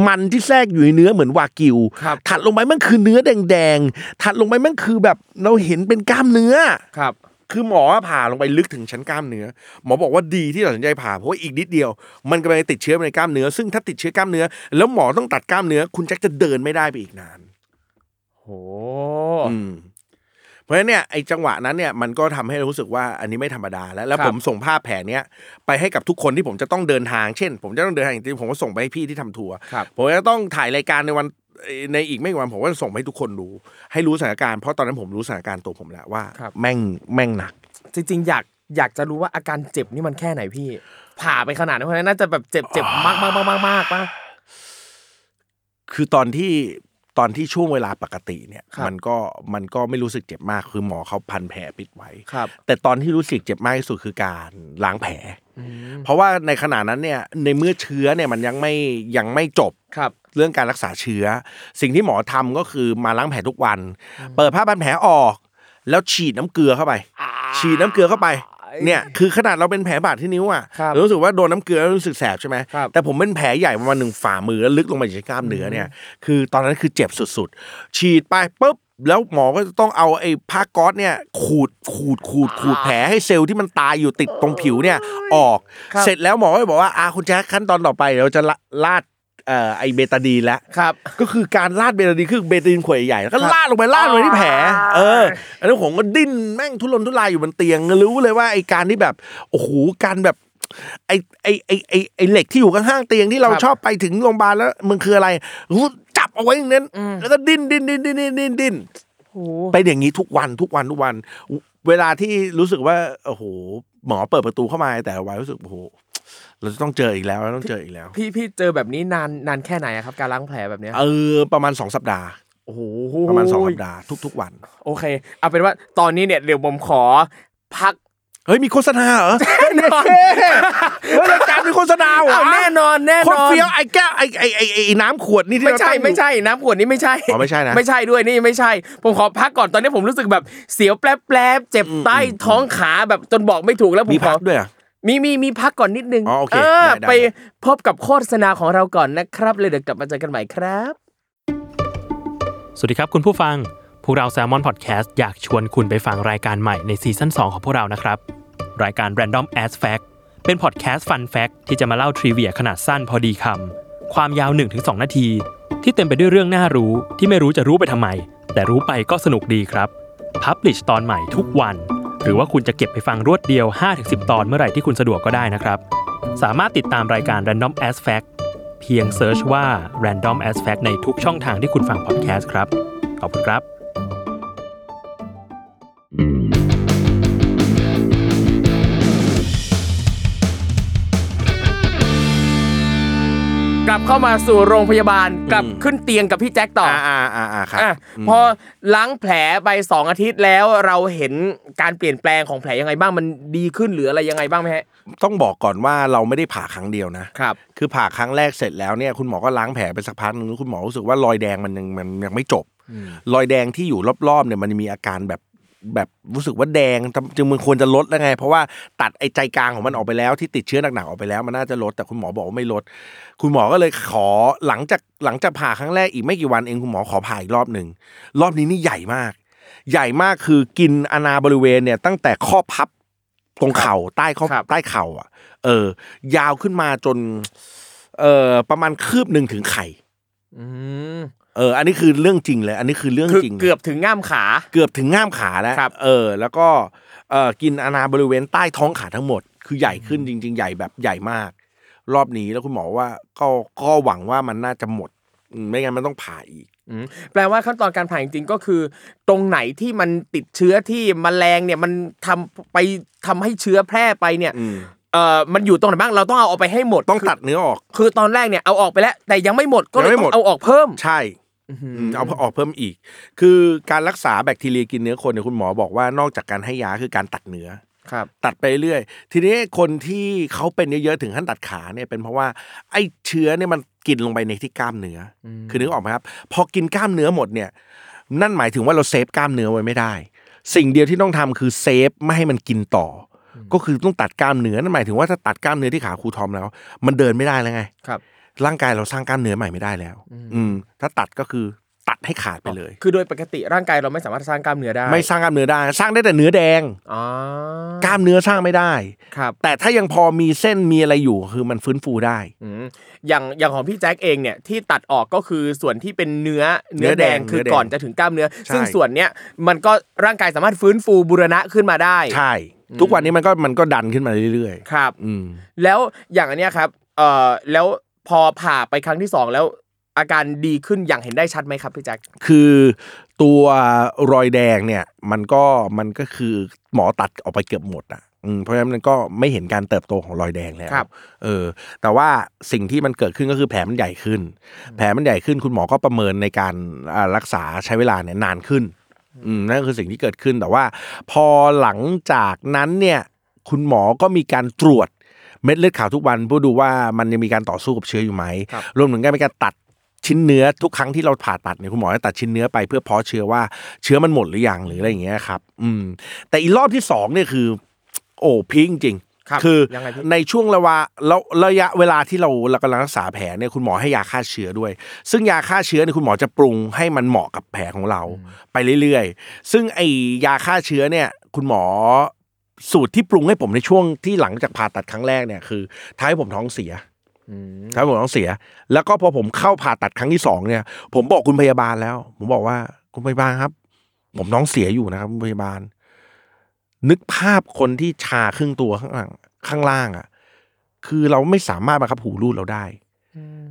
S3: มันที่แทรกอยู่ในเนื้อเหมือนวากิว
S2: ครับ
S3: ถัดลงไปแม่งคือเนื้อแดงๆ ถัดลงไปแม่งคือแบบเราเห็นเป็นกล้ามเนื้อ
S2: ครับ
S3: คือหมอผ่าลงไปลึกถึงชั้นกล้ามเนื้อ หมอบอกว่าดีที่ตัดสินใจผ่าเพราะว่าอีกนิดเดียว มันกำลังจะติดเชื้อไปในกล้ามเนื้อ ซึ่งถ้าติดเชื้อกล้ามเนื้อ แล้วหมอต้องตัดกล้ามเนื้อ คุณแจ็คจะเดินไม่ได้ไปอีกนาน
S2: โห
S3: อืมเพราะฉะนั้นเนี่ยไอ้จังหวะนั้นเนี่ยมันก็ทำให้รู้สึกว่าอันนี้ไม่ธรรมดาแล้ว แล้ว
S2: ครับ
S3: ผมส่งภาพแผนเนี้ยไปให้กับทุกคนที่ผมจะต้องเดินทางเช่น ผมจะต้องเดินทางจริงๆผมก็ส่งไปให้พี่ที่ทำทัวร์
S2: ครับ
S3: ผมจะต้องถ่ายรายการในวันในอีกไม่กี่วันผมก็จะส่งไปให้ทุกคนดูให้รู้สถานการณ์เพราะตอนนั้นผมรู้สถานการณ์ตัวผมแล้วว่า แม่งแม่งหนัก
S2: จริงๆอยากอยากจะรู้ว่าอาการเจ็บนี่มันแค่ไหนพี่ ผ่าไปขนาดนั้นเพราะฉะนั้นน่าจะแบบเจ็บเจ็บมากมากมากมากมากป่ะ
S3: คือตอนที่ตอนที่ช่วงเวลาปกติเนี่ย
S2: ครับ
S3: มันก็มันก็ไม่รู้สึกเจ็บมากคือหมอเขาพันแผลปิดไว้
S2: ครับ
S3: แต่ตอนที่รู้สึกเจ็บมากที่สุดคือการล้างแผล เพราะว่าในขณะนั้นเนี่ยในเมื่อเชื้อเนี่ยมันยังไม่ยังไม่จบ
S2: ครับ
S3: เรื่องการรักษาเชื้อ สิ่งที่หมอทำก็คือมาล้างแผลทุกวัน เปิดผ้าพันแผลออก แล้วฉีดน้ำเกลือเข้าไป ฉีดน้ำเกลือเข้าไป เนี่ยคือขนาดเราเป็นแผลบาดที่นิ้วอ่ะ
S2: ครับ
S3: เรารู้สึกว่าโดนน้ำเกลือแล้วรู้สึกแสบใช่ไหม
S2: ครับ
S3: แต่ผมเป็นแผลใหญ่ประมาณหนึ่งฝ่ามือแล้วลึกลงไปถึงกล้ามเนื้อเนี่ยคือตอนนั้นคือเจ็บสุดๆ ฉีดไปปุ๊บแล้วหมอก็จะต้องเอาไอ้ผ้าก๊อซเนี่ยขูดขูดขูดขูดแผลให้เซลล์ที่มันตายอยู่ติดตรงผิวเนี่ยออก
S2: ครับ
S3: เสร็จแล้วหมอก็บอกว่าอาคุณแจ๊คขั้นตอนต่อไปเราจะละลาดเอ่อไอเบตาดีนแล้ว
S2: ครับ
S3: ก็คือการลาดเบตาดีนคือเบตาดีนขวดใหญ่ๆแล้วก็
S2: ครับ
S3: ลาดลงไปลาดลงไปที่แผล เออ
S2: อ่า
S3: อันนั้นผมก็ดิ้นแม่งทุรนทุรายอยู่บนเตียงรู้เลยว่าไอการที่แบบโอ้โหการแบบไอไอไอไอไอเหล็กที่อยู่ข้างๆเตียงที่เราชอบไปถึงโรงพยาบาลแล้วมันคืออะไรรู้จับเอาไว้อย่างนั้นแล้วก็ดิ้นดิ้นดิ้นดิ้นดิ้นดิ้นดิ้น
S2: โอ้
S3: เป็นอย่างนี้ทุกวันทุกวันทุกวัน เวลาที่รู้สึกว่าโอ้โหหมอเปิดประตูเข้ามาแต่ละวันรู้สึกโอ้โหเราจะต้องเจออีกแล้วเราต้องเจออีกแล้ว
S2: พี่พี่เจอแบบนี้นานนานแค่ไหนอะครับ การล้างแผลแบบเนี้ย
S3: เออประมาณสองสัปดาห์
S2: โอ้โห
S3: ประมาณสองสัปดาห์ทุก ๆ วัน
S2: โอเค เอาเป็นว่าตอนนี้เนี่ยเดี๋ยวผมขอพัก
S3: เฮ้ยมีโฆษณา เหรอเฮ้ยเนเช่เฮ้ยรายการมีโฆษณาเหรอ
S2: อ้าวแน่นอนแน่
S3: โคน ตร
S2: อน
S3: เฟี้ยวไอ้แก้วไอ้ไอ้ไอ้ไอ้น้ำขวดนี่ที่
S2: ไม่
S3: เรา
S2: ใช่
S3: ตั้งอยู่
S2: ไม่ใช่น้ำขวดนี้ไม่ใช่
S3: อ๋อไม่ใช่นะ
S2: ไม่ใช่ด้วยนี่ไม่ใช่ ผมขอพักก่อนตอนนี้ผมรู้สึกแบบเสียวแปลบๆเจ็บใต้ท้องขาแบบจนบอกไม่ถูกแล้วผม
S3: มี
S2: ข
S3: พั
S2: อ
S3: กด้วยเหรอ
S2: มีมีมีพักก่อนนิดนึง
S3: อ๋อโอเคได้ได้
S2: ไปพบกับโฆษณาของเราก่อนนะครับ เลยเดี๋ยวกลับมาเจอกันใหม่ครับ
S4: สวัสดีครับคุณผู้ฟัง พวกเรา Salmon Podcast อยากชวนคุณไปฟังรายการใหม่ในซีซั่น2 ของพวกเรานะครับ รายการ Random As Fact เป็นพอดแคสต์ Fun Fact ที่จะมาเล่าทริเวียขนาดสั้นพอดีคำ ความยาว 1-2 นาที ที่เต็มไปด้วยเรื่องน่ารู้ที่ไม่รู้จะรู้ไปทำไม แต่รู้ไปก็สนุกดีครับ Publish ตอนใหม่ทุกวัน หรือว่าคุณจะเก็บไปฟังรวดเดียว 5-10 ตอนเมื่อไหร่ที่คุณสะดวกก็ได้นะครับ สามารถติดตามรายการ Random As Fact เพียงเซิร์ชว่า Random As Fact ในทุกช่องทางที่คุณฟังพอดแคสต์ครับ ขอบคุณครับ
S2: กลับเข้ามาสู่โรงพยาบาลกลับขึ้นเตียงกับพี่แจ็คต่อ
S3: อ่า
S2: อ
S3: อ่าอ่าอ่าครับ
S2: อ่ะพอล้างแผลไป 2 อาทิตย์แล้วเราเห็นการเปลี่ยนแปลงของแผลยังไงบ้างมันดีขึ้นหรืออะไรยังไงบ้างไหมฮะ
S3: ต้องบอกก่อนว่าเราไม่ได้ผ่าครั้งเดียวนะ
S2: ครับ
S3: คือผ่าครั้งแรกเสร็จแล้วเนี่ยคุณหมอก็ล้างแผลไปสักพักหนึงคุณหมอรู้สึกว่ารอยแดงมันยังมันยังไม่จบ รอยแดงที่อยู่รอบๆเนี่ยมันมีอาการแบบแบบรู้สึกว่าแดงจึงมันควรจะลดแล้วไง เพราะว่าตัดไอ้ใจกลางของมันออกไปแล้วที่ติดเชื้อหนักๆออกไปแล้วมันน่าจะลดแต่คุณหมอบอกว่าไม่ลด คุณหมอก็เลยขอหลังจากหลังจากผ่าครั้งแรกอีกไม่กี่วันเองคุณหมอขอผ่าอีกรอบหนึ่งรอบนี้นี่ใหญ่มาก ใหญ่มากคือกินอนาบริเวณเนี่ยตั้งแต่ข้อพับตรงเข่าใต้ข้อ
S2: ครับ
S3: ใต้เข่าอ่ะ เออ ยาวขึ้นมาจน เออประมาณคืบหนึ่งถึงไข่
S2: อืม
S3: เออ อันนี้คือเรื่องจริงเลย อันนี้คือเรื่อง
S2: คือ
S3: จริง
S2: เกือบถึงง่ามขา
S3: เกือบถึงง่ามขาแล้ว
S2: ครับ
S3: เออ แล้วก็เออกินอนาบริเวณใต้ท้องขาทั้งหมด คือใหญ่ขึ้นจริง ๆ ใหญ่แบบใหญ่มาก รอบนี้แล้วคุณหมอว่าก็ก็หวังว่ามันน่าจะหมดอืมไม่งั้นมันต้องผ่าอีก
S2: อืมแปลว่าขั้นตอนการผ่าจริงๆก็คือ ตรงไหนที่มันติดเชื้อที่แมลงเนี่ยมันทำไปทำให้เชื้อแพร่ไปเนี่ย
S3: อืม
S2: เอ่อมันอยู่ตรงไหนบ้างเราต้องเอาออกไปให้หมด
S3: ต้อง
S2: คือ
S3: ตัดเนื้อออก
S2: คือตอนแรกเนี่ยเอาออกไปแล้ว แต่ยังไม่หมดก็เลย
S3: ยัง
S2: ต้อ
S3: ไม่หม
S2: ง
S3: ด
S2: เอาออกเพิ่ม
S3: ใช่อืมเอาออกเพิ่มอีก คือการรักษาแบคทีเรียกินเนื้อคนเนี่ยคุณหมอบอกว่านอกจากการให้ยาคือการตัดเนื้อ
S2: ครับ
S3: ตัดไปเรื่อยทีนี้คนที่เขาเป็นเยอะๆถึงขั้นตัดขาเนี่ยเป็นเพราะว่าไอ้เชื้อเนี่ยมันกินลงไปในที่กล้ามเนื้ออคือนึกออกไหมครับ พอกินกล้ามเนื้อหมดเนี่ย นั่นหมายถึงว่าเราเซฟกล้ามเนื้อไว้ไม่ได้ สิ่งเดียวที่ต้องทำคือเซฟไม่ให้มันกินต่ออก็คือต้องตัดกล้ามเนื้อนั่นหมายถึงว่าถ้าตัดกล้ามเนื้อที่ขาครูทอมแล้ว มันเดินไม่ได้แล้วไง
S2: ครับ
S3: ร่างกายเราสร้างกล้ามเนื้อใหม่ไม่ได้แล้ว อืม ถ้าตัดก็คือตัดให้ขาดไปเลย
S2: คือโดยปกติร่างกายเราไม่สามารถสร้างกล้ามเนื้อได้
S3: ไม่สร้างกล้ามเนื้อได้สร้างได้แต่เนื้อแดง
S2: อ๋อก
S3: ล้ามเนื้อสร้างไม่ได้
S2: ครับ
S3: แต่ถ้ายังพอมีเส้นมีอะไรอยู่คือมันฟื้นฟูได้
S2: อืมอย่างอย่างของพี่แจ็คเองเนี่ยที่ตัดออกก็คือส่วนที่เป็นเนื้อ
S3: เนื้อแดง
S2: คือ
S3: เนื้อแดง
S2: ก่อนจะถึงกล้ามเนื้อ
S3: ใช่
S2: ซึ่งส่วนเนี้ยมันก็ร่างกายสามารถฟื้นฟูบูรณะขึ้นมาได้
S3: ใช่ ทุกวันนี้มันก็มันก็ดันขึ้นมาเรื่อย
S2: ครับ
S3: ๆ อืม
S2: แล้วอย่างอันเนี้ยครับเอ่อแล้วพอผ่าไปครั้งที่สองแล้วอาการดีขึ้นอย่างเห็นได้ชัดไหมครับพี่แจ็ค
S3: คือตัวรอยแดงเนี่ยมันก็มันก็คือหมอตัดออกไปเกือบหมดอ่ะอืมเพราะฉะนั้นมันก็ไม่เห็นการเติบโตของรอยแดงแล้ว
S2: ครับ
S3: เออ แต่ว่าสิ่งที่มันเกิดขึ้นก็คือแผลมันใหญ่ขึ้น แผลมันใหญ่ขึ้นคุณหมอก็ประเมินในการอ่ารักษาใช้เวลาเนี่ยนานขึ้นอืมนั่นคือสิ่งที่เกิดขึ้นแต่ว่า พอหลังจากนั้นเนี่ยคุณหมอก็มีการตรวจเม็ดเลือดขาวทุกวันเพื่อดูว่ามันยังมีการต่อสู้กับเชื้ออยู่ไหม
S2: ครับ
S3: รวมถึงการมีการตัดชิ้นเนื้อทุกครั้งที่เราผ่าตัดเนี่ยคุณหมอจะตัดชิ้นเนื้อไปเพื่อเพาะเชื้อว่าเชื้อมันหมดหรือยังหรืออะไรอย่างเงี้ยครับ อืม แต่อีรอบที่สองเนี่ยคือ โอ้พีคจริงๆ
S2: ครับ
S3: อ
S2: ยังไงพี่
S3: ในช่วงระวะแล้วระยะเวลาที่เราเรากำลังรักษาแผลเนี่ยคุณหมอให้ยาฆ่าเชื้อด้วย ซึ่งยาฆ่าเชื้อเนี่ยคุณหมอจะปรุงให้มันเหมาะกับแผลของเราไปเรื่อยๆ ซึ่งไอยาฆ่าเชื้อเนี่ย คุณหมอสูตรที่ปรุงให้ผมในช่วงที่หลังจากผ่าตัดครั้งแรกเนี่ยคือท้ายผมท้องเสีย ครับผมต้องเสีย แล้วก็พอผมเข้าผ่าตัดครั้งที่สองเนี่ย ผมบอกคุณพยาบาลแล้ว ผมบอกว่าคุณพยาบาลครับ ผมน้องเสียอยู่นะครับคุณพยาบาล นึกภาพคนที่ชาครึ่งตัวข้างหลังข้างล่างอ่ะ คือเราไม่สามารถบังคับหูรูดเราได้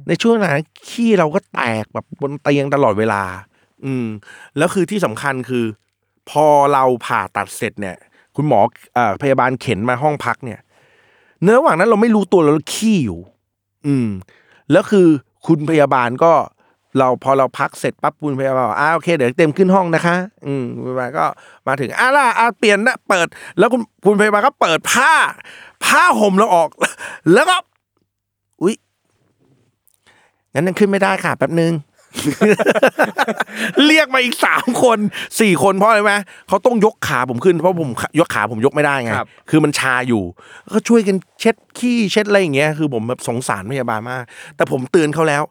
S3: ในช่วงนั้นขี้เราก็แตกแบบบนเตียงตลอดเวลา อืม แล้วคือที่สำคัญคือ พอเราผ่าตัดเสร็จเนี่ย คุณหมอเอ่อพยาบาลเข็นมาห้องพักเนี่ย เนื้อระหว่างนั้นเราไม่รู้ตัวเราขี้อยู่ อืม แล้วคือคุณพยาบาลก็ เราพอเราพักเสร็จปั๊บคุณพยาบาลบอกอ่าโอเคเดี๋ยวเต็มขึ้นห้องนะคะ อืมคุณพยาบาลก็มาถึงอ่าล่ะอ่าเปลี่ยนนะเปิด แล้วคุณคุณพยาบาลก็เปิดผ้า ผ้าห่มเราออก แล้วก็ อุ๊ยงั้นยังขึ้นไม่ได้ค่ะแป๊บนึง เรียกมาอีกสามคนสี่คนเพราะอะไรไหมเขาต้องยกขาผมขึ้น เพราะผมขายกขาผมยกไม่ได้ไง
S2: ครับ
S3: คือมันชาอยู่ก็ช่วยกันเช็ดขี้เช็ดอะไรอย่างเงี้ยคือผมแบบสงสารพยาบาลมาก แต่ผมเตือนเขาแล้ว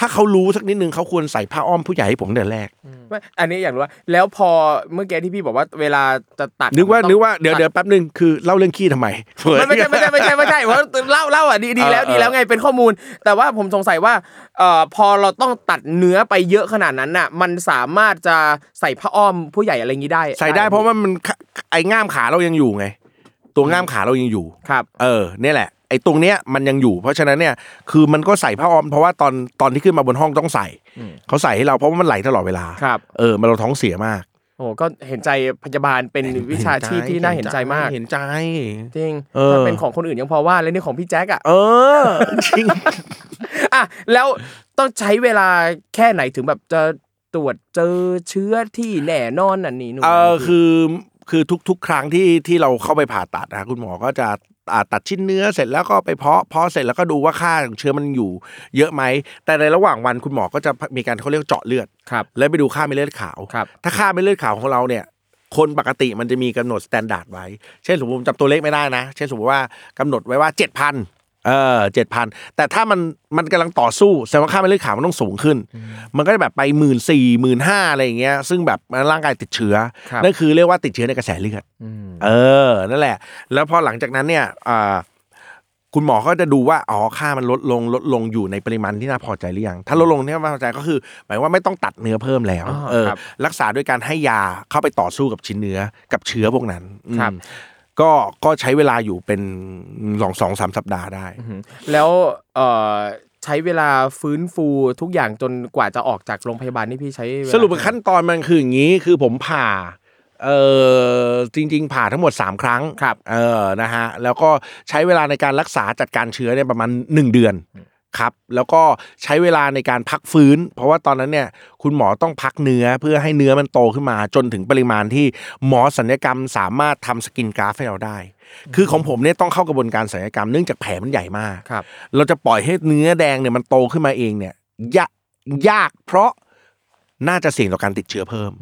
S3: ถ้าเขารู้สักนิดนึงเขาควรใส่ผ้าอ้อมผู้ใหญ่ให้ผมแต่แรก
S2: ไม่อันนี้อยากรู้ว่าแล้วพอเมื่อกี้ที่พี่บอกว่าเวลาจะตัก
S3: นึกว่า
S2: มัต้
S3: นึ
S2: อง
S3: กว่าเดี๋ยว
S2: ตั
S3: เดี๋ยวแป๊บนึงคือเล่าเรื่องขี้ทำไม
S2: มันไม่ใช่ไม่ใช่ไม่ใช่ไม่ใช่เพราะเล่าเล่าอ่ะดีดีแล้ว
S3: เออเออ
S2: ดีแล้วไงเป็นข้อมูล แต่ว่าผมสงสัยว่าเอ่อพอเราต้องตัดเนื้อไปเยอะขนาดนั้นน่ะ มันสามารถจะใส่ผ้าอ้อมผู้ใหญ่อะไรอย่างนี้ได้
S3: ใส่ได้เพราะว่ามันไอ้ง่ามขาเรายังอยู่ไง ตัวง่ามขาเรายังอยู่
S2: ครับ
S3: เออเนี่ยแหละไอ้ตรงเนี้ยมันยังอยู่ เพราะฉะนั้นเนี่ยคือมันก็ใส่ผ้าอ้อมเพราะว่าตอนตอนที่ขึ้นมาบนห้องต้องใส่เขาใส่ให้เราเพราะว่ามันไหลตลอดเวลา
S2: ครับ
S3: เออมันเราท้องเสียมาก
S2: โอ้ก็เห็นใจพยาบาลเป็นวิชาชีพที่น่าเห็นใจมาก
S3: เห็นใจ
S2: จริง
S3: เออ
S2: ถ้าเป็นของคนอื่นยังพอว่าแล้วนี่ของพี่แจ๊กอ่ะ
S3: เออ จริง
S2: อ่ะแล้วต้องใช้เวลาแค่ไหนถึงแบบจะตรวจเจอเชื้อที่แน่นอนอันนี้หนูน
S3: เออ
S2: นี่
S3: คือคือทุกๆ ครั้งที่ที่เราเข้าไปผ่าตัดนะคุณหมอก็จะอ่าตัดชิ้นเนื้อเสร็จแล้วก็ไปเพาะเพาะเสร็จแล้วก็ดูว่าค่าของเชื้อมันอยู่ เยอะไหมแต่ในระหว่างวันคุณหมอก็จะมีการเขาเรียกเจาะเลือด
S2: ครับ
S3: แล้วไปดูค่าเม็ดเลือดขาว
S2: ครับ
S3: ถ้าค่าเม็ดเลือดขาวของเราเนี่ย คนปกติมันจะมีกำหนดสแตนดาร์ดไว้ เช่นสมมติผมจำตัวเลขไม่ได้นะ เช่นสมมติว่ากำหนดไว้ว่า 7,000 เออ7,000 แต่ถ้ามันมันกำลังต่อสู้แสดงว่าค่าเม็ดเลือดขาวมันต้องสูงขึ้น มันก็จะแบบไปหมื่นสี่หมื่นห้าอะไรอย่างเงี้ยซึ่งแบบร่างกายติดเชื้อ
S2: ครับ
S3: นั่นคือเรียกว่าติดเชื้อในกระแสเลือด เออ นั่นแหละ แล้วพอหลังจากนั้นเนี่ยอ่าคุณหมอก็จะดูว่า อ๋อ ค่ามันลดลง ลดลงอยู่ในปริมาณที่น่าพอใจหรือยัง ถ้าลดลงที่น่าพอใจก็คือ หมายว่าไม่ต้องตัดเนื้อเพิ่มแล้ว
S2: อ๋อ
S3: เออ
S2: ครับ
S3: รักษาด้วยการให้ยาเข้าไปต่อสู้กับชิ้นเนื้อ กับเชื้อพวกนั้นอืม
S2: ครับ
S3: ก็ ก็ใช้เวลาอยู่เป็นสองสองสามสัปดาห์ได้
S2: แล้วเอ่อใช้เวลาฟื้นฟูทุกอย่างจนกว่าจะออกจากโรงพยาบาลนี่พี่ใช้เวลา
S3: สรุปขั้นตอนมันคืออย่างนี้ คือผมผ่า เออจริง ๆ ผ่าทั้งหมด 3 ครั้ง
S2: ครับ
S3: เออ นะฮะ แล้วก็ใช้เวลาในการรักษาจัดการเชื้อเนี่ยประมาณ 1 เดือนครับ แล้วก็ใช้เวลาในการพักฟื้น เพราะว่าตอนนั้นเนี่ย คุณหมอต้องพักเนื้อเพื่อให้เนื้อมันโตขึ้นมา จนถึงปริมาณที่หมอศัลยกรรมสามารถทำสกินกราฟให้เราได้ คือของผมเนี่ยต้องเข้ากระบวนการศัลยกรรมเนื่องจากแผลมันใหญ่มาก
S2: ครับ
S3: เราจะปล่อยให้เนื้อแดงเนี่ยมันโตขึ้นมาเองเนี่ยยากยากเพราะน่าจะเสี่ยงต่อการติดเชื้อเพิ่ม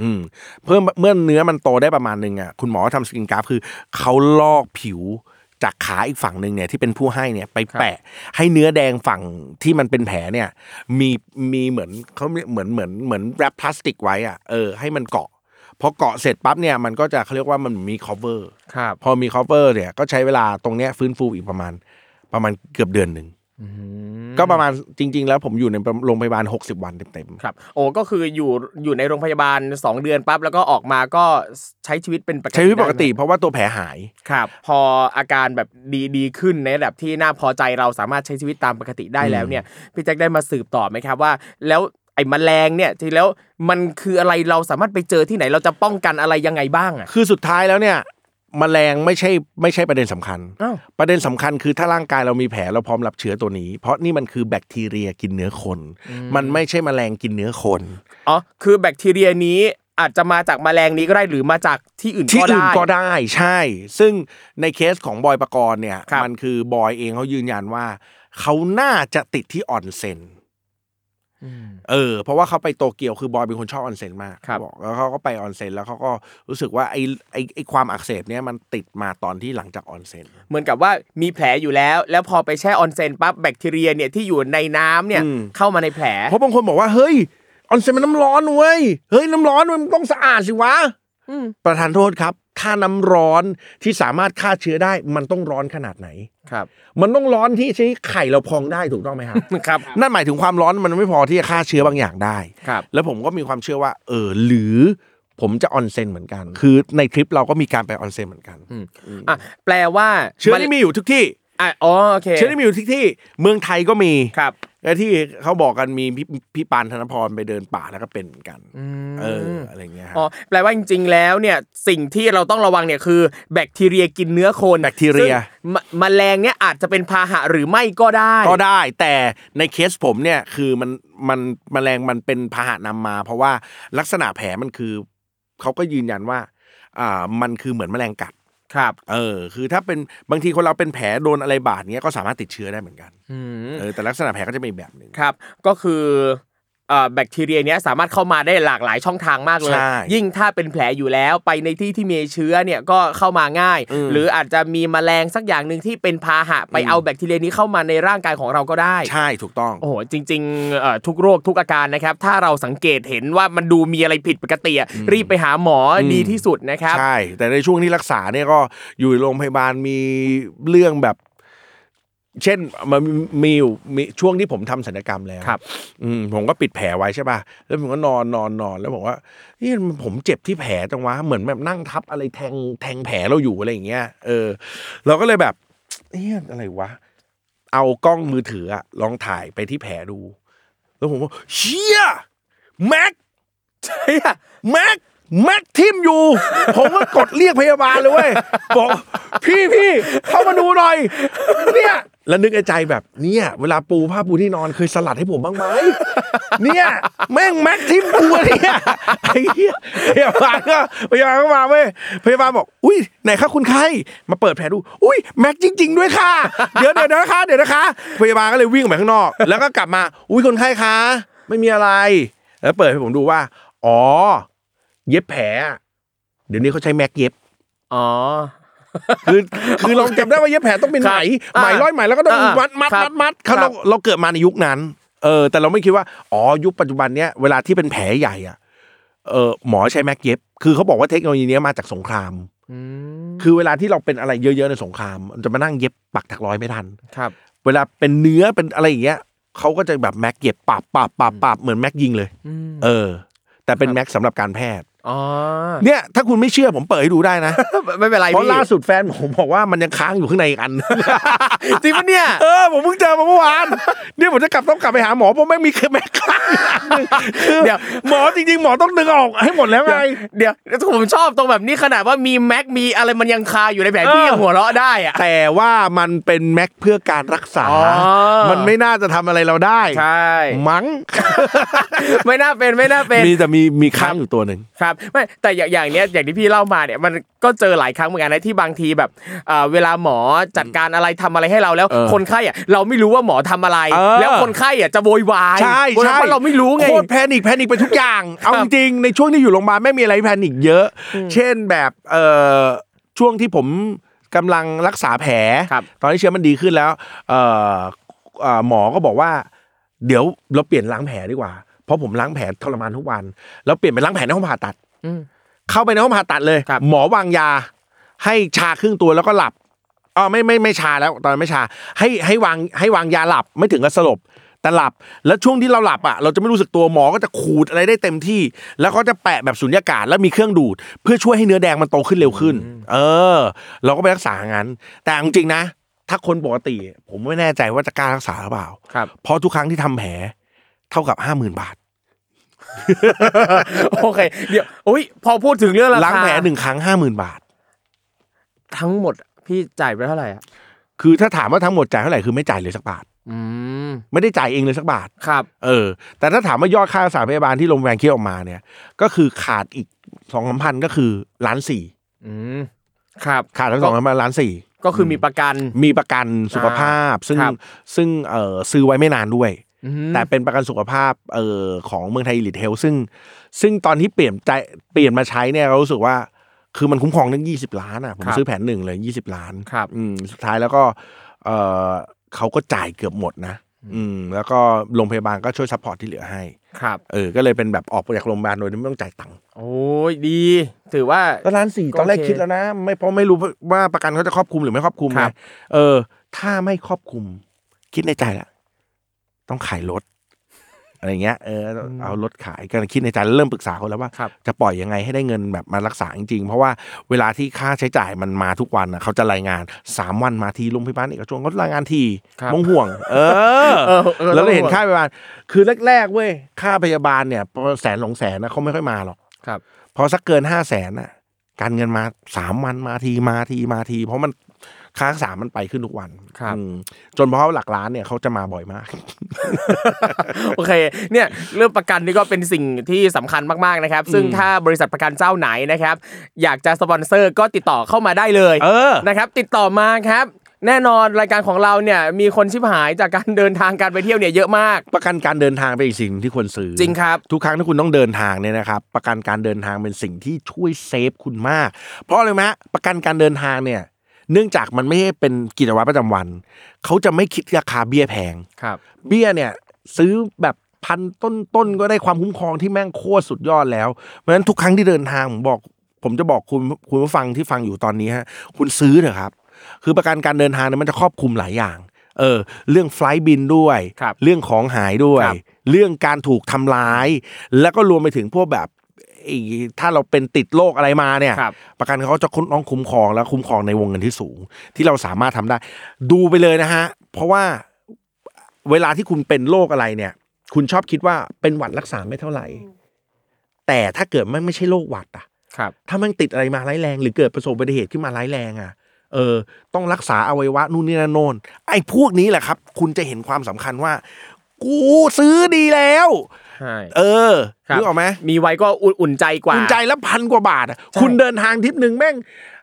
S3: อืมเพิ่มเมื่อเนื้อมันโตได้ประมาณหนึงอ่ะคุณหมอทำสกินกราฟคือเขาลอกผิวจากขาอีกฝั่งหนึ่งเนี่ยที่เป็นผู้ให้เนี่ยไปแปะ ให้เนื้อแดงฝั่งที่มันเป็นแผลเนี่ย มีมีเหมือนเขาเหมือนเหมือนเหมือนแรปพลาสติกไว้อ่ะเออให้มันเกาะพอเกาะเสร็จปั๊บเนี่ยมันก็จะเขาเรียกว่ามันมี cover
S2: ครับ
S3: พอมี cover เนี่ยก็ใช้เวลาตรงเนี้ยฟื้นฟูอีกประมาณ ประมาณเกือบเดือนหนึ่ง ก็ประมาณจริง ๆ แล้วผมอยู่ในโรงพยาบาล 60 วันเต็มๆ
S2: ครับ โอ้ก็คืออยู่อยู่ในโรงพยาบาล 2 เดือนปั๊บแล้วก็ออกมาก็ใช้ชีวิตเป็นปกติ
S3: ใช้ชีวิตปกติ
S2: ได้ไหม
S3: เพราะว่าตัวแผลหาย
S2: ครับ พออาการแบบดีดีขึ้นในระดับที่น่าพอใจเราสามารถใช้ชีวิตตามปกติได้แล้วเนี่ยพี่แจ็คได้มาสืบต่อไหมครับว่า แล้วไอ้แมลงเนี่ยที่แล้วมันคืออะไรเราสามารถไปเจอที่ไหนเราจะป้องกันอะไรยังไงบ้างอ่ะ
S3: คือสุดท้ายแล้วเนี่ยมแมลงไม่ใช่ไม่ใช่ประเด็นสำคัญ
S2: อ้าว
S3: ประเด็นสำคัญคือถ้าร่างกายเรามีแผลเราพร้อมรับเชื้อตัวนี้ เพราะนี่มันคือแบคทีเรียกินเนื้อคน มันไม่ใช่มแมลงกินเนื้อคน
S2: อ๋อ คือแบคทีเรียนี้อาจจะมาจากแมลงนี้ก็ได้หรือมาจากที่อื่น
S3: ที่
S2: ก็
S3: อื่น
S2: ได้
S3: ก็ได้ใช่ ซึ่งในเคสของบอยปกรณ์เนี่ย
S2: ครับ
S3: มันคือบอยเองเขายืนยันว่า เขาน่าจะติดที่ออนเซ็น เออเพราะว่าเขาไปโตเกียวคือบอยเป็นคนชอบออนเซ็นมาก
S2: ครับ
S3: เขาอกแล้วเขาก็ไปออนเซ็นแล้วเขาก็รู้สึกว่าไอ้ไอ้ไอ้ความอักเสบเนี่ยมันติดมาตอนที่หลังจากออนเซ็น
S2: เหมือนกับว่ามีแผลอยู่แล้ว แล้วพอไปแช่ออนเซนปั๊บแบคทีเรียเนี่ยที่อยู่ในน้ำเนี่ย
S3: อืม
S2: เข้ามาในแผล
S3: เพราะบางคนบอกว่าเฮ้ยออนเซ็นมันน้ำร้อนเว้ยเฮ้ยน้ำร้อนมันต้องสะอาดสิวะ
S2: อืม
S3: ประธานโทษครับ ถ้าน้ำร้อนที่สามารถฆ่าเชื้อได้ มันต้องร้อนขนาดไหน
S2: ครับ
S3: มันต้องร้อนที่ใช้ไข่เราพองได้ถูกต้องไหมครับ
S2: ครับ
S3: นั่นหมายถึงความร้อนมันไม่พอที่จะฆ่าเชื้อบางอย่างได้
S2: ครับ
S3: แล้วผมก็มีความเชื่อว่า เออ หรือผมจะออนเซนเหมือนกัน คือในทริปเราก็มีการไปออนเซนเหมือนกัน
S2: อ่ะแปลว่า
S3: เชื้อนี่มีอยู่ทุกที่
S2: อ่ะอ๋อโอเค
S3: เชื้อนี่มีอยู่ทุกที่ เมืองไทยก็มี
S2: ครับ
S3: และที่เขาบอกกันมีพี่พี่ปานธนพรไปเดินป่าแล้วก็เป็นเหมือนกัน เอออะไรเงี้ยฮะ
S2: อ๋อแปลว่าจริงๆแล้วเนี่ยสิ่งที่เราต้องระวังเนี่ยคือแบคทีเรียกินเนื้อโคน
S3: แบคทีเรีย
S2: ซึ่งมแมลงเนี่ยอาจจะเป็นพาหะหรือไม่ก็ได้
S3: ก็ได้แต่ในเคสผมเนี่ยคือมันมันแมลงมันเป็นพาหะนำมา เพราะว่าลักษณะแผลมันคือเขาก็ยืนยันว่าอ่ามันคือเหมือนแมลงกัด
S2: ครับ
S3: เออ คือถ้าเป็นบางทีคนเราเป็นแผลโดนอะไรบาดเนี้ยก็สามารถติดเชื้อได้เหมือนกัน
S2: อืม
S3: เออแต่ลักษณะแผลก็จะเป็นอีกแบบหนึ่ง
S2: ครับ ก็คือเอ่อแบคทีเรียเนี้ยสามารถเข้ามาได้หลากหลายช่องทางมากเลย
S3: ใช่
S2: ยิ่งถ้าเป็นแผลอยู่แล้วไปในที่ที่มีเชื้อเนี่ยก็เข้ามาง่าย
S3: อืม
S2: หรืออาจจะมีแมลงสักอย่างหนึ่งที่เป็นพาหะไปเอาแบคทีเรียนี้เข้ามาในร่างกายของเราก็ได้
S3: ใช่ถูกต้อง
S2: โอ้โหจริงๆเอ่อทุกโรคทุกอาการนะครับ ถ้าเราสังเกตเห็นว่ามันดูมีอะไรผิดปกติอะรีบไปหาหมออ
S3: ม
S2: ดีที่สุดนะครับ
S3: ใช่ แต่ในช่วงที่รักษาเนี่ยก็อยู่โรงพยาบาลมีเรื่องแบบ เช่นมันมีอยู่มีช่วงที่ผมทำศัลยกรรมแล้ว
S2: ครับ
S3: อืมผมก็ปิดแผลไว้ใช่ป่ะแล้วผมก็นอนนอนนอนแล้วผมว่านี่มันผมเจ็บที่แผลจังวะเหมือนแบบนั่งทับอะไรแทงแทงแผลเราอยู่อะไรอย่างเงี้ยเออ เราก็เลยแบบเอ๊ะอะไรวะ เอากล้องมือถืออะลองถ่ายไปที่แผลดู แล้วผมว่าเชี่ยแม็ก
S2: ใช่อะ
S3: แม็กแม็กทิมอยู่ ผมก็กดเรียกพยาบาลเลยเว้ยบอกพี่พี่เข้ามาดูหน่อย เนี่ยแล้วนึกในใจแบบเนี่ยเวลาปูผ้าปูที่นอนเคยสลัดให้ผมบ้างไหมเนี่ยแม่งแม็กทิมกูอะเนี่ยไอ้เหี้ยพยาบาลก็พยาบาลก็มาเว้ยพยาบาลบอกอุ้ยไหนคะคุณไข้มาเปิดแผลดู อุ้ยแม็กจริง ๆ ด้วยค่ะเดี๋ยวเดี๋ยวนะคะเดี๋ยวนะคะ พยาบาลก็เลยวิ่งออกไปข้างนอก แล้วก็กลับมา อุ้ยคนไข้คะไม่มีอะไร แล้วเปิดให้ผมดูว่า อ๋อ เย็บแผลอะเดี๋ยวนี้เขาใช้แม็กเย็บ
S2: อ๋อ
S3: คือ คือเราจำได้ว่าเย็บแผลต้องเป็น
S2: ครั
S3: ไหม
S2: บ
S3: ไหมร้อยไหมแล้วก็ต้อง
S2: อ่า
S3: มัดมัด
S2: ครั
S3: มั
S2: บ
S3: ดมัดเขา
S2: ครั
S3: เรา
S2: บ
S3: เราเกิดมาในยุคนั้น เออ แต่เราไม่คิดว่า อ๋อ ยุคปัจจุบันเนี้ยเวลาที่เป็นแผลใหญ่อะเออหมอใช้แม็กเย็บ คือเขาบอกว่าเทคโนโลยีเนี้ยมาจากสงคราม
S2: อืม
S3: คือเวลาที่เราเป็นอะไรเยอะๆในสงครามมันจะมานั่งเย็บปักถักร้อยไม่ทัน
S2: ครับ
S3: เวลาเป็นเนื้อเป็นอะไรอย่างเงี้ยเขาก็จะแบบแม็กเย็บปับปับปับปับเหมือนแม็กยิงเลย
S2: อืม
S3: เออ แต่เป็น
S2: ครับ
S3: แม็กสำหรับการแพทย์
S2: อ๋อ
S3: เนี่ยถ้าคุณไม่เชื่อผมเปิดให้ดูได้นะ
S2: ไม่เป็นไร
S3: เพราะ
S2: พี่
S3: ล่าสุดแฟนผมบอกว่ามันยังค้างอยู่ข้างในอีกอัน
S2: จริงปะเนี่ย
S3: เออผมเพิ่งเจอมาเมื่อวาน เนี่ยผมจะกลับต้องกลับไปหาหมอเพราะไม่มีเค รื่องแม่ค้างคือ
S2: เดี๋ยว
S3: หมอจริงๆ หมอต้องดึงออกให้หมดแล้วไง
S2: เดี๋ยวเดี๋ยวผมชอบตรงแบบนี้ขนาดว่ามีแม็กมีอะไรมันยังคาอยู่ในแผลพี่
S3: เออ
S2: ยังหัวเราะได้อะ
S3: แต่ว่ามันเป็นแม็กเพื่อการรักษา
S2: อ๋อ
S3: มันไม่น่าจะทำอะไรเราได้
S2: ใช่
S3: มั้ง
S2: ไม่น่าเป็นไม่น่าเป็น
S3: มีแต่มีมีค้างอยู่ตัวหนึ่ง
S2: ครับไม่แต่อย่างอย่างเนี้ยอย่างที่พี่เล่ามาเนี่ยมันก็เจอหลายครั้งเหมือนกันนะที่บางทีแบบเอ่อเวลาหมอจัดการอะไรทำอะไรให้เราแล้ว
S3: เออ
S2: คนไข้อ่ะเราไม่รู้ว่าหมอทำอะไร
S3: เออ
S2: แล้วคนไข้อ่ะจะโวยวาย
S3: ใช่
S2: เพ
S3: ใช่
S2: ราะเราไม่รู้ไง
S3: โคตรแพนิคแพนิคไปทุกอย่าง เอาจริงๆในช่วงที่อยู่โรงพยาบาลไม่มีอะไรแพนิคเยอะ เช่นแบบเอ่อช่วงที่ผมกำลังรักษาแผล
S2: ครับ
S3: ตอนที่เชื้อมันดีขึ้นแล้วเอ่อเอ่อหมอก็บอกว่า เดี๋ยวเราเปลี่ยนล้างแผลดีกว่า เพราะผมล้างแผลทรมานทุกวัน แล้วเปลี่ยนเป็นล้างแผลในห้องผ่าตัด
S2: อืม
S3: เข้าไปในห้องผ่าตัดเลย
S2: ครับ
S3: หมอวางยา ให้ชาครึ่งตัวแล้วก็หลับ อ๋อไม่ไม่ไม่ชาแล้วตอนนนไม่ชาให้ให้วางให้วางยาหลับไม่ถึงกับสลบ แต่หลับแล้วช่วงที่เราหลับอ่ะเราจะไม่รู้สึกตัวหมอก็จะขูดอะไรได้เต็มที่ แล้วก็จะแปะแบบสุญญากาศแล้วมีเครื่องดูด เพื่อช่วยให้เนื้อแดงมันโตขึ้นเร็วขึ้น เออ เราก็ไปรักษางั้น แต่เอาจริงๆนะ ถ้าคนปกติ ผมไม่แน่ใจว่าจะกล้ารักษาหรือเปล่า
S2: ครับ
S3: เพราะทุกครั้งที่ทำแผลเท่ากับห้าหมื่นบาท
S2: โอเคเดี๋ยวโอ้ยพอพูดถึงเรื่องราคา
S3: ล้างแผลหนึ่งครั้งห้าหมื่นบาท
S2: ทั้งหมดพี่จ่ายไปเท่าไหร่อ่ะ
S3: คือถ้าถามว่าทั้งหมดจ่ายเท่าไหร่คือไม่จ่ายเลยสักบาท
S2: อืม
S3: ไม่ได้จ่ายเองเลยสักบาท
S2: ครับ
S3: เออ แต่ถ้าถามว่ายอดค่ารักษาพยาบาลที่โรงพยาบาลเคียออกมาเนี่ย ก็คือขาดอีกสองสามพันก็คือล้านสี่
S2: อืมครับ
S3: ขาดทั้งสองพันล้านสี่
S2: ก็คือมีประกัน
S3: มีประกันสุขภาพ ซึ่ง
S2: ครับ
S3: ซึ่งเออซื้อไว้ไม่นานด้วย
S2: อืม
S3: แต่เป็นประกันสุขภาพเออของเมืองไทยลิทเฮลซึ่ง ซึ่งตอนที่เปลี่ยนใจเปลี่ยนมาใช้เนี่ยเรารู้สึกว่า คือมันคุ้มครองทั้งยี่สิบล้านอ่ะผมซื้อแผนหนึ่งเลยยี่สิบล้าน
S2: ครับ
S3: อืมสุดท้ายแล้วก็เออเขาก็จ่ายเกือบหมดนะอืมแล้วก็โรงพยาบาลก็ช่วยซัพพอร์ตที่เหลือให้
S2: ครับ
S3: เออ ก็เลยเป็นแบบออกจากโรงพยาบาลโดยที่ไม่ต้องจ่ายตังค์
S2: โอ้ยดี ถือว่า
S3: ก็ล้านสี่
S2: ก็โอเค
S3: ตอนแรกคิดแล้วนะ ไม่เพราะไม่รู้ว่าประกันเขาจะครอบคลุมหรือไม่ครอบคลุม
S2: ครับ
S3: นะเออ ถ้าไม่ครอบคลุม คิดในใจละต้องขายรถ อะไรเงี้ยเออเอารถขายก็คิดในใจแล้วเริ่มปรึกษาคนแล้วว่า
S2: ครับ
S3: จะปล่อยยังไงให้ได้เงินแบบมารักษาจริงๆ เพราะว่าเวลาที่ค่าใช้จ่ายมันมาทุกวันน่ะเขาจะรายงาน 3 วันมาทีโรงพยาบาลเอกชนเขารายงานที
S2: ครับ
S3: มงห่วง เออ
S2: เออเออ
S3: แล้วเราเห็น
S2: ต้องห่วง
S3: ค่าพยาบาล คือแรกๆเว้ยค่าพยาบาลเนี่ยประมาณแสนสองแสนนะเขาไม่ค่อยมาหรอก
S2: ครับ
S3: พอสักเกินห้าแสนน่ะ การเงินมาสามวันมาทีมาทีมาที เพราะมันค่ารักษามันไปขึ้นทุกวัน
S2: ครับ
S3: อืมจนเพราะหลักล้านเนี่ยเขาจะมาบ่อยมาก
S2: โอเคเนี่ยเรื่องประกันนี่ก็เป็นสิ่งที่สำคัญมากๆนะครับ ซึ่งถ้าบริษัทประกันเจ้าไหนนะครับ อยากจะสปอนเซอร์ก็ติดต่อเข้ามาได้เลย
S3: เออ
S2: นะครับ ติดต่อมาครับ แน่นอนรายการของเราเนี่ยมีคนชิบหายจากการเดินทางการไปเที่ยวเนี่ยเยอะมาก
S3: ประกันการเดินทางเป็นอีกสิ่งที่ควรซื้อ
S2: จริงครับ
S3: ทุกครั้งที่คุณต้องเดินทางเนี่ยนะครับ ประกันการเดินทางเป็นสิ่งที่ช่วยเซฟคุณมาก เพราะอะไรไหมฮะประกันการเดินทางเนี่ย เนื่องจากมันไม่ใช่เป็นกิจวัตรประจำวัน เขาจะไม่คิดราคาเบี้ยแพง
S2: ครับ
S3: เบี้ยเนี่ยซื้อแบบพันต้นต้นๆก็ได้ความคุ้มครองที่แม่งโคตรสุดยอดแล้ว เพราะฉะนั้นทุกครั้งที่เดินทางผมบอก ผมจะบอกคุณคุณผู้ฟังที่ฟังอยู่ตอนนี้ฮะคุณซื้อเถอะครับ คือประกันการเดินทางเนี่ยมันจะครอบคลุมหลายอย่าง เออ เรื่องไฟลท์บินด้วย
S2: ครับ
S3: เรื่องของหายด้วย
S2: ครับ
S3: เรื่องการถูกทำร้าย แล้วก็รวมไปถึงพวกแบบไอ้ถ้าเราเป็นติดโรคอะไรมาเนี่ย
S2: ครับ
S3: ประกันเขาจะคุ้มน้องคุ้มครองและคุ้มครองในวงเงินที่สูง ที่เราสามารถทำได้ ดูไปเลยนะฮะ เพราะว่าเวลาที่คุณเป็นโรคอะไรเนี่ย คุณชอบคิดว่าเป็นหวัดรักษาไม่เท่าไหร่ แต่ถ้าเกิดมันไม่ใช่โรคหวัดอะ
S2: ครับ
S3: ถ้ามันติดอะไรมาร้ายแรง หรือเกิดประสบอุบัติเหตุขึ้นมาร้ายแรงอะเออ ต้องรักษาอวัยวะนู่นนี่นั่นโน่นไอ้พวกนี้แหละครับ คุณจะเห็นความสำคัญว่า กูซื้อดีแล้ว
S2: ใช่
S3: เออ
S2: ครับ
S3: นึกออกไหม
S2: มีไว้ก็อุ่นๆใจกว่า
S3: คุณจ่ายละพันกว่าบาทอะคุณเดินทางทริปหนึ่งแม่ง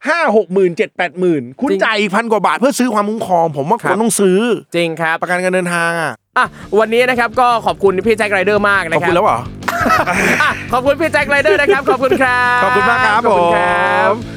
S3: ห้าหกหมื่นเจ็ดแปดหมื่นคุณ
S2: จริง
S3: จ่ายอีกพันกว่าบาทเพื่อซื้อความคุ้มครอง ผมว่า
S2: ค
S3: ค
S2: รั
S3: ว
S2: บ
S3: รต้องซื้อ
S2: จริงครับ
S3: ประกันการเดินทางอ่ะ
S2: อ่ะวันนี้นะครับก็ขอบคุณพี่แจ็คไรเดอร์มาก
S3: ข
S2: นะ
S3: อบ
S2: ครั
S3: คุณแล้วเหรอ
S2: อ่ะขอบคุณพี่แจ็คไรเดอร์นะครับขอบคุณครับ
S3: ขอบคุณมากครับ
S2: ขอบคุณครั
S3: ผ
S2: บ
S3: ม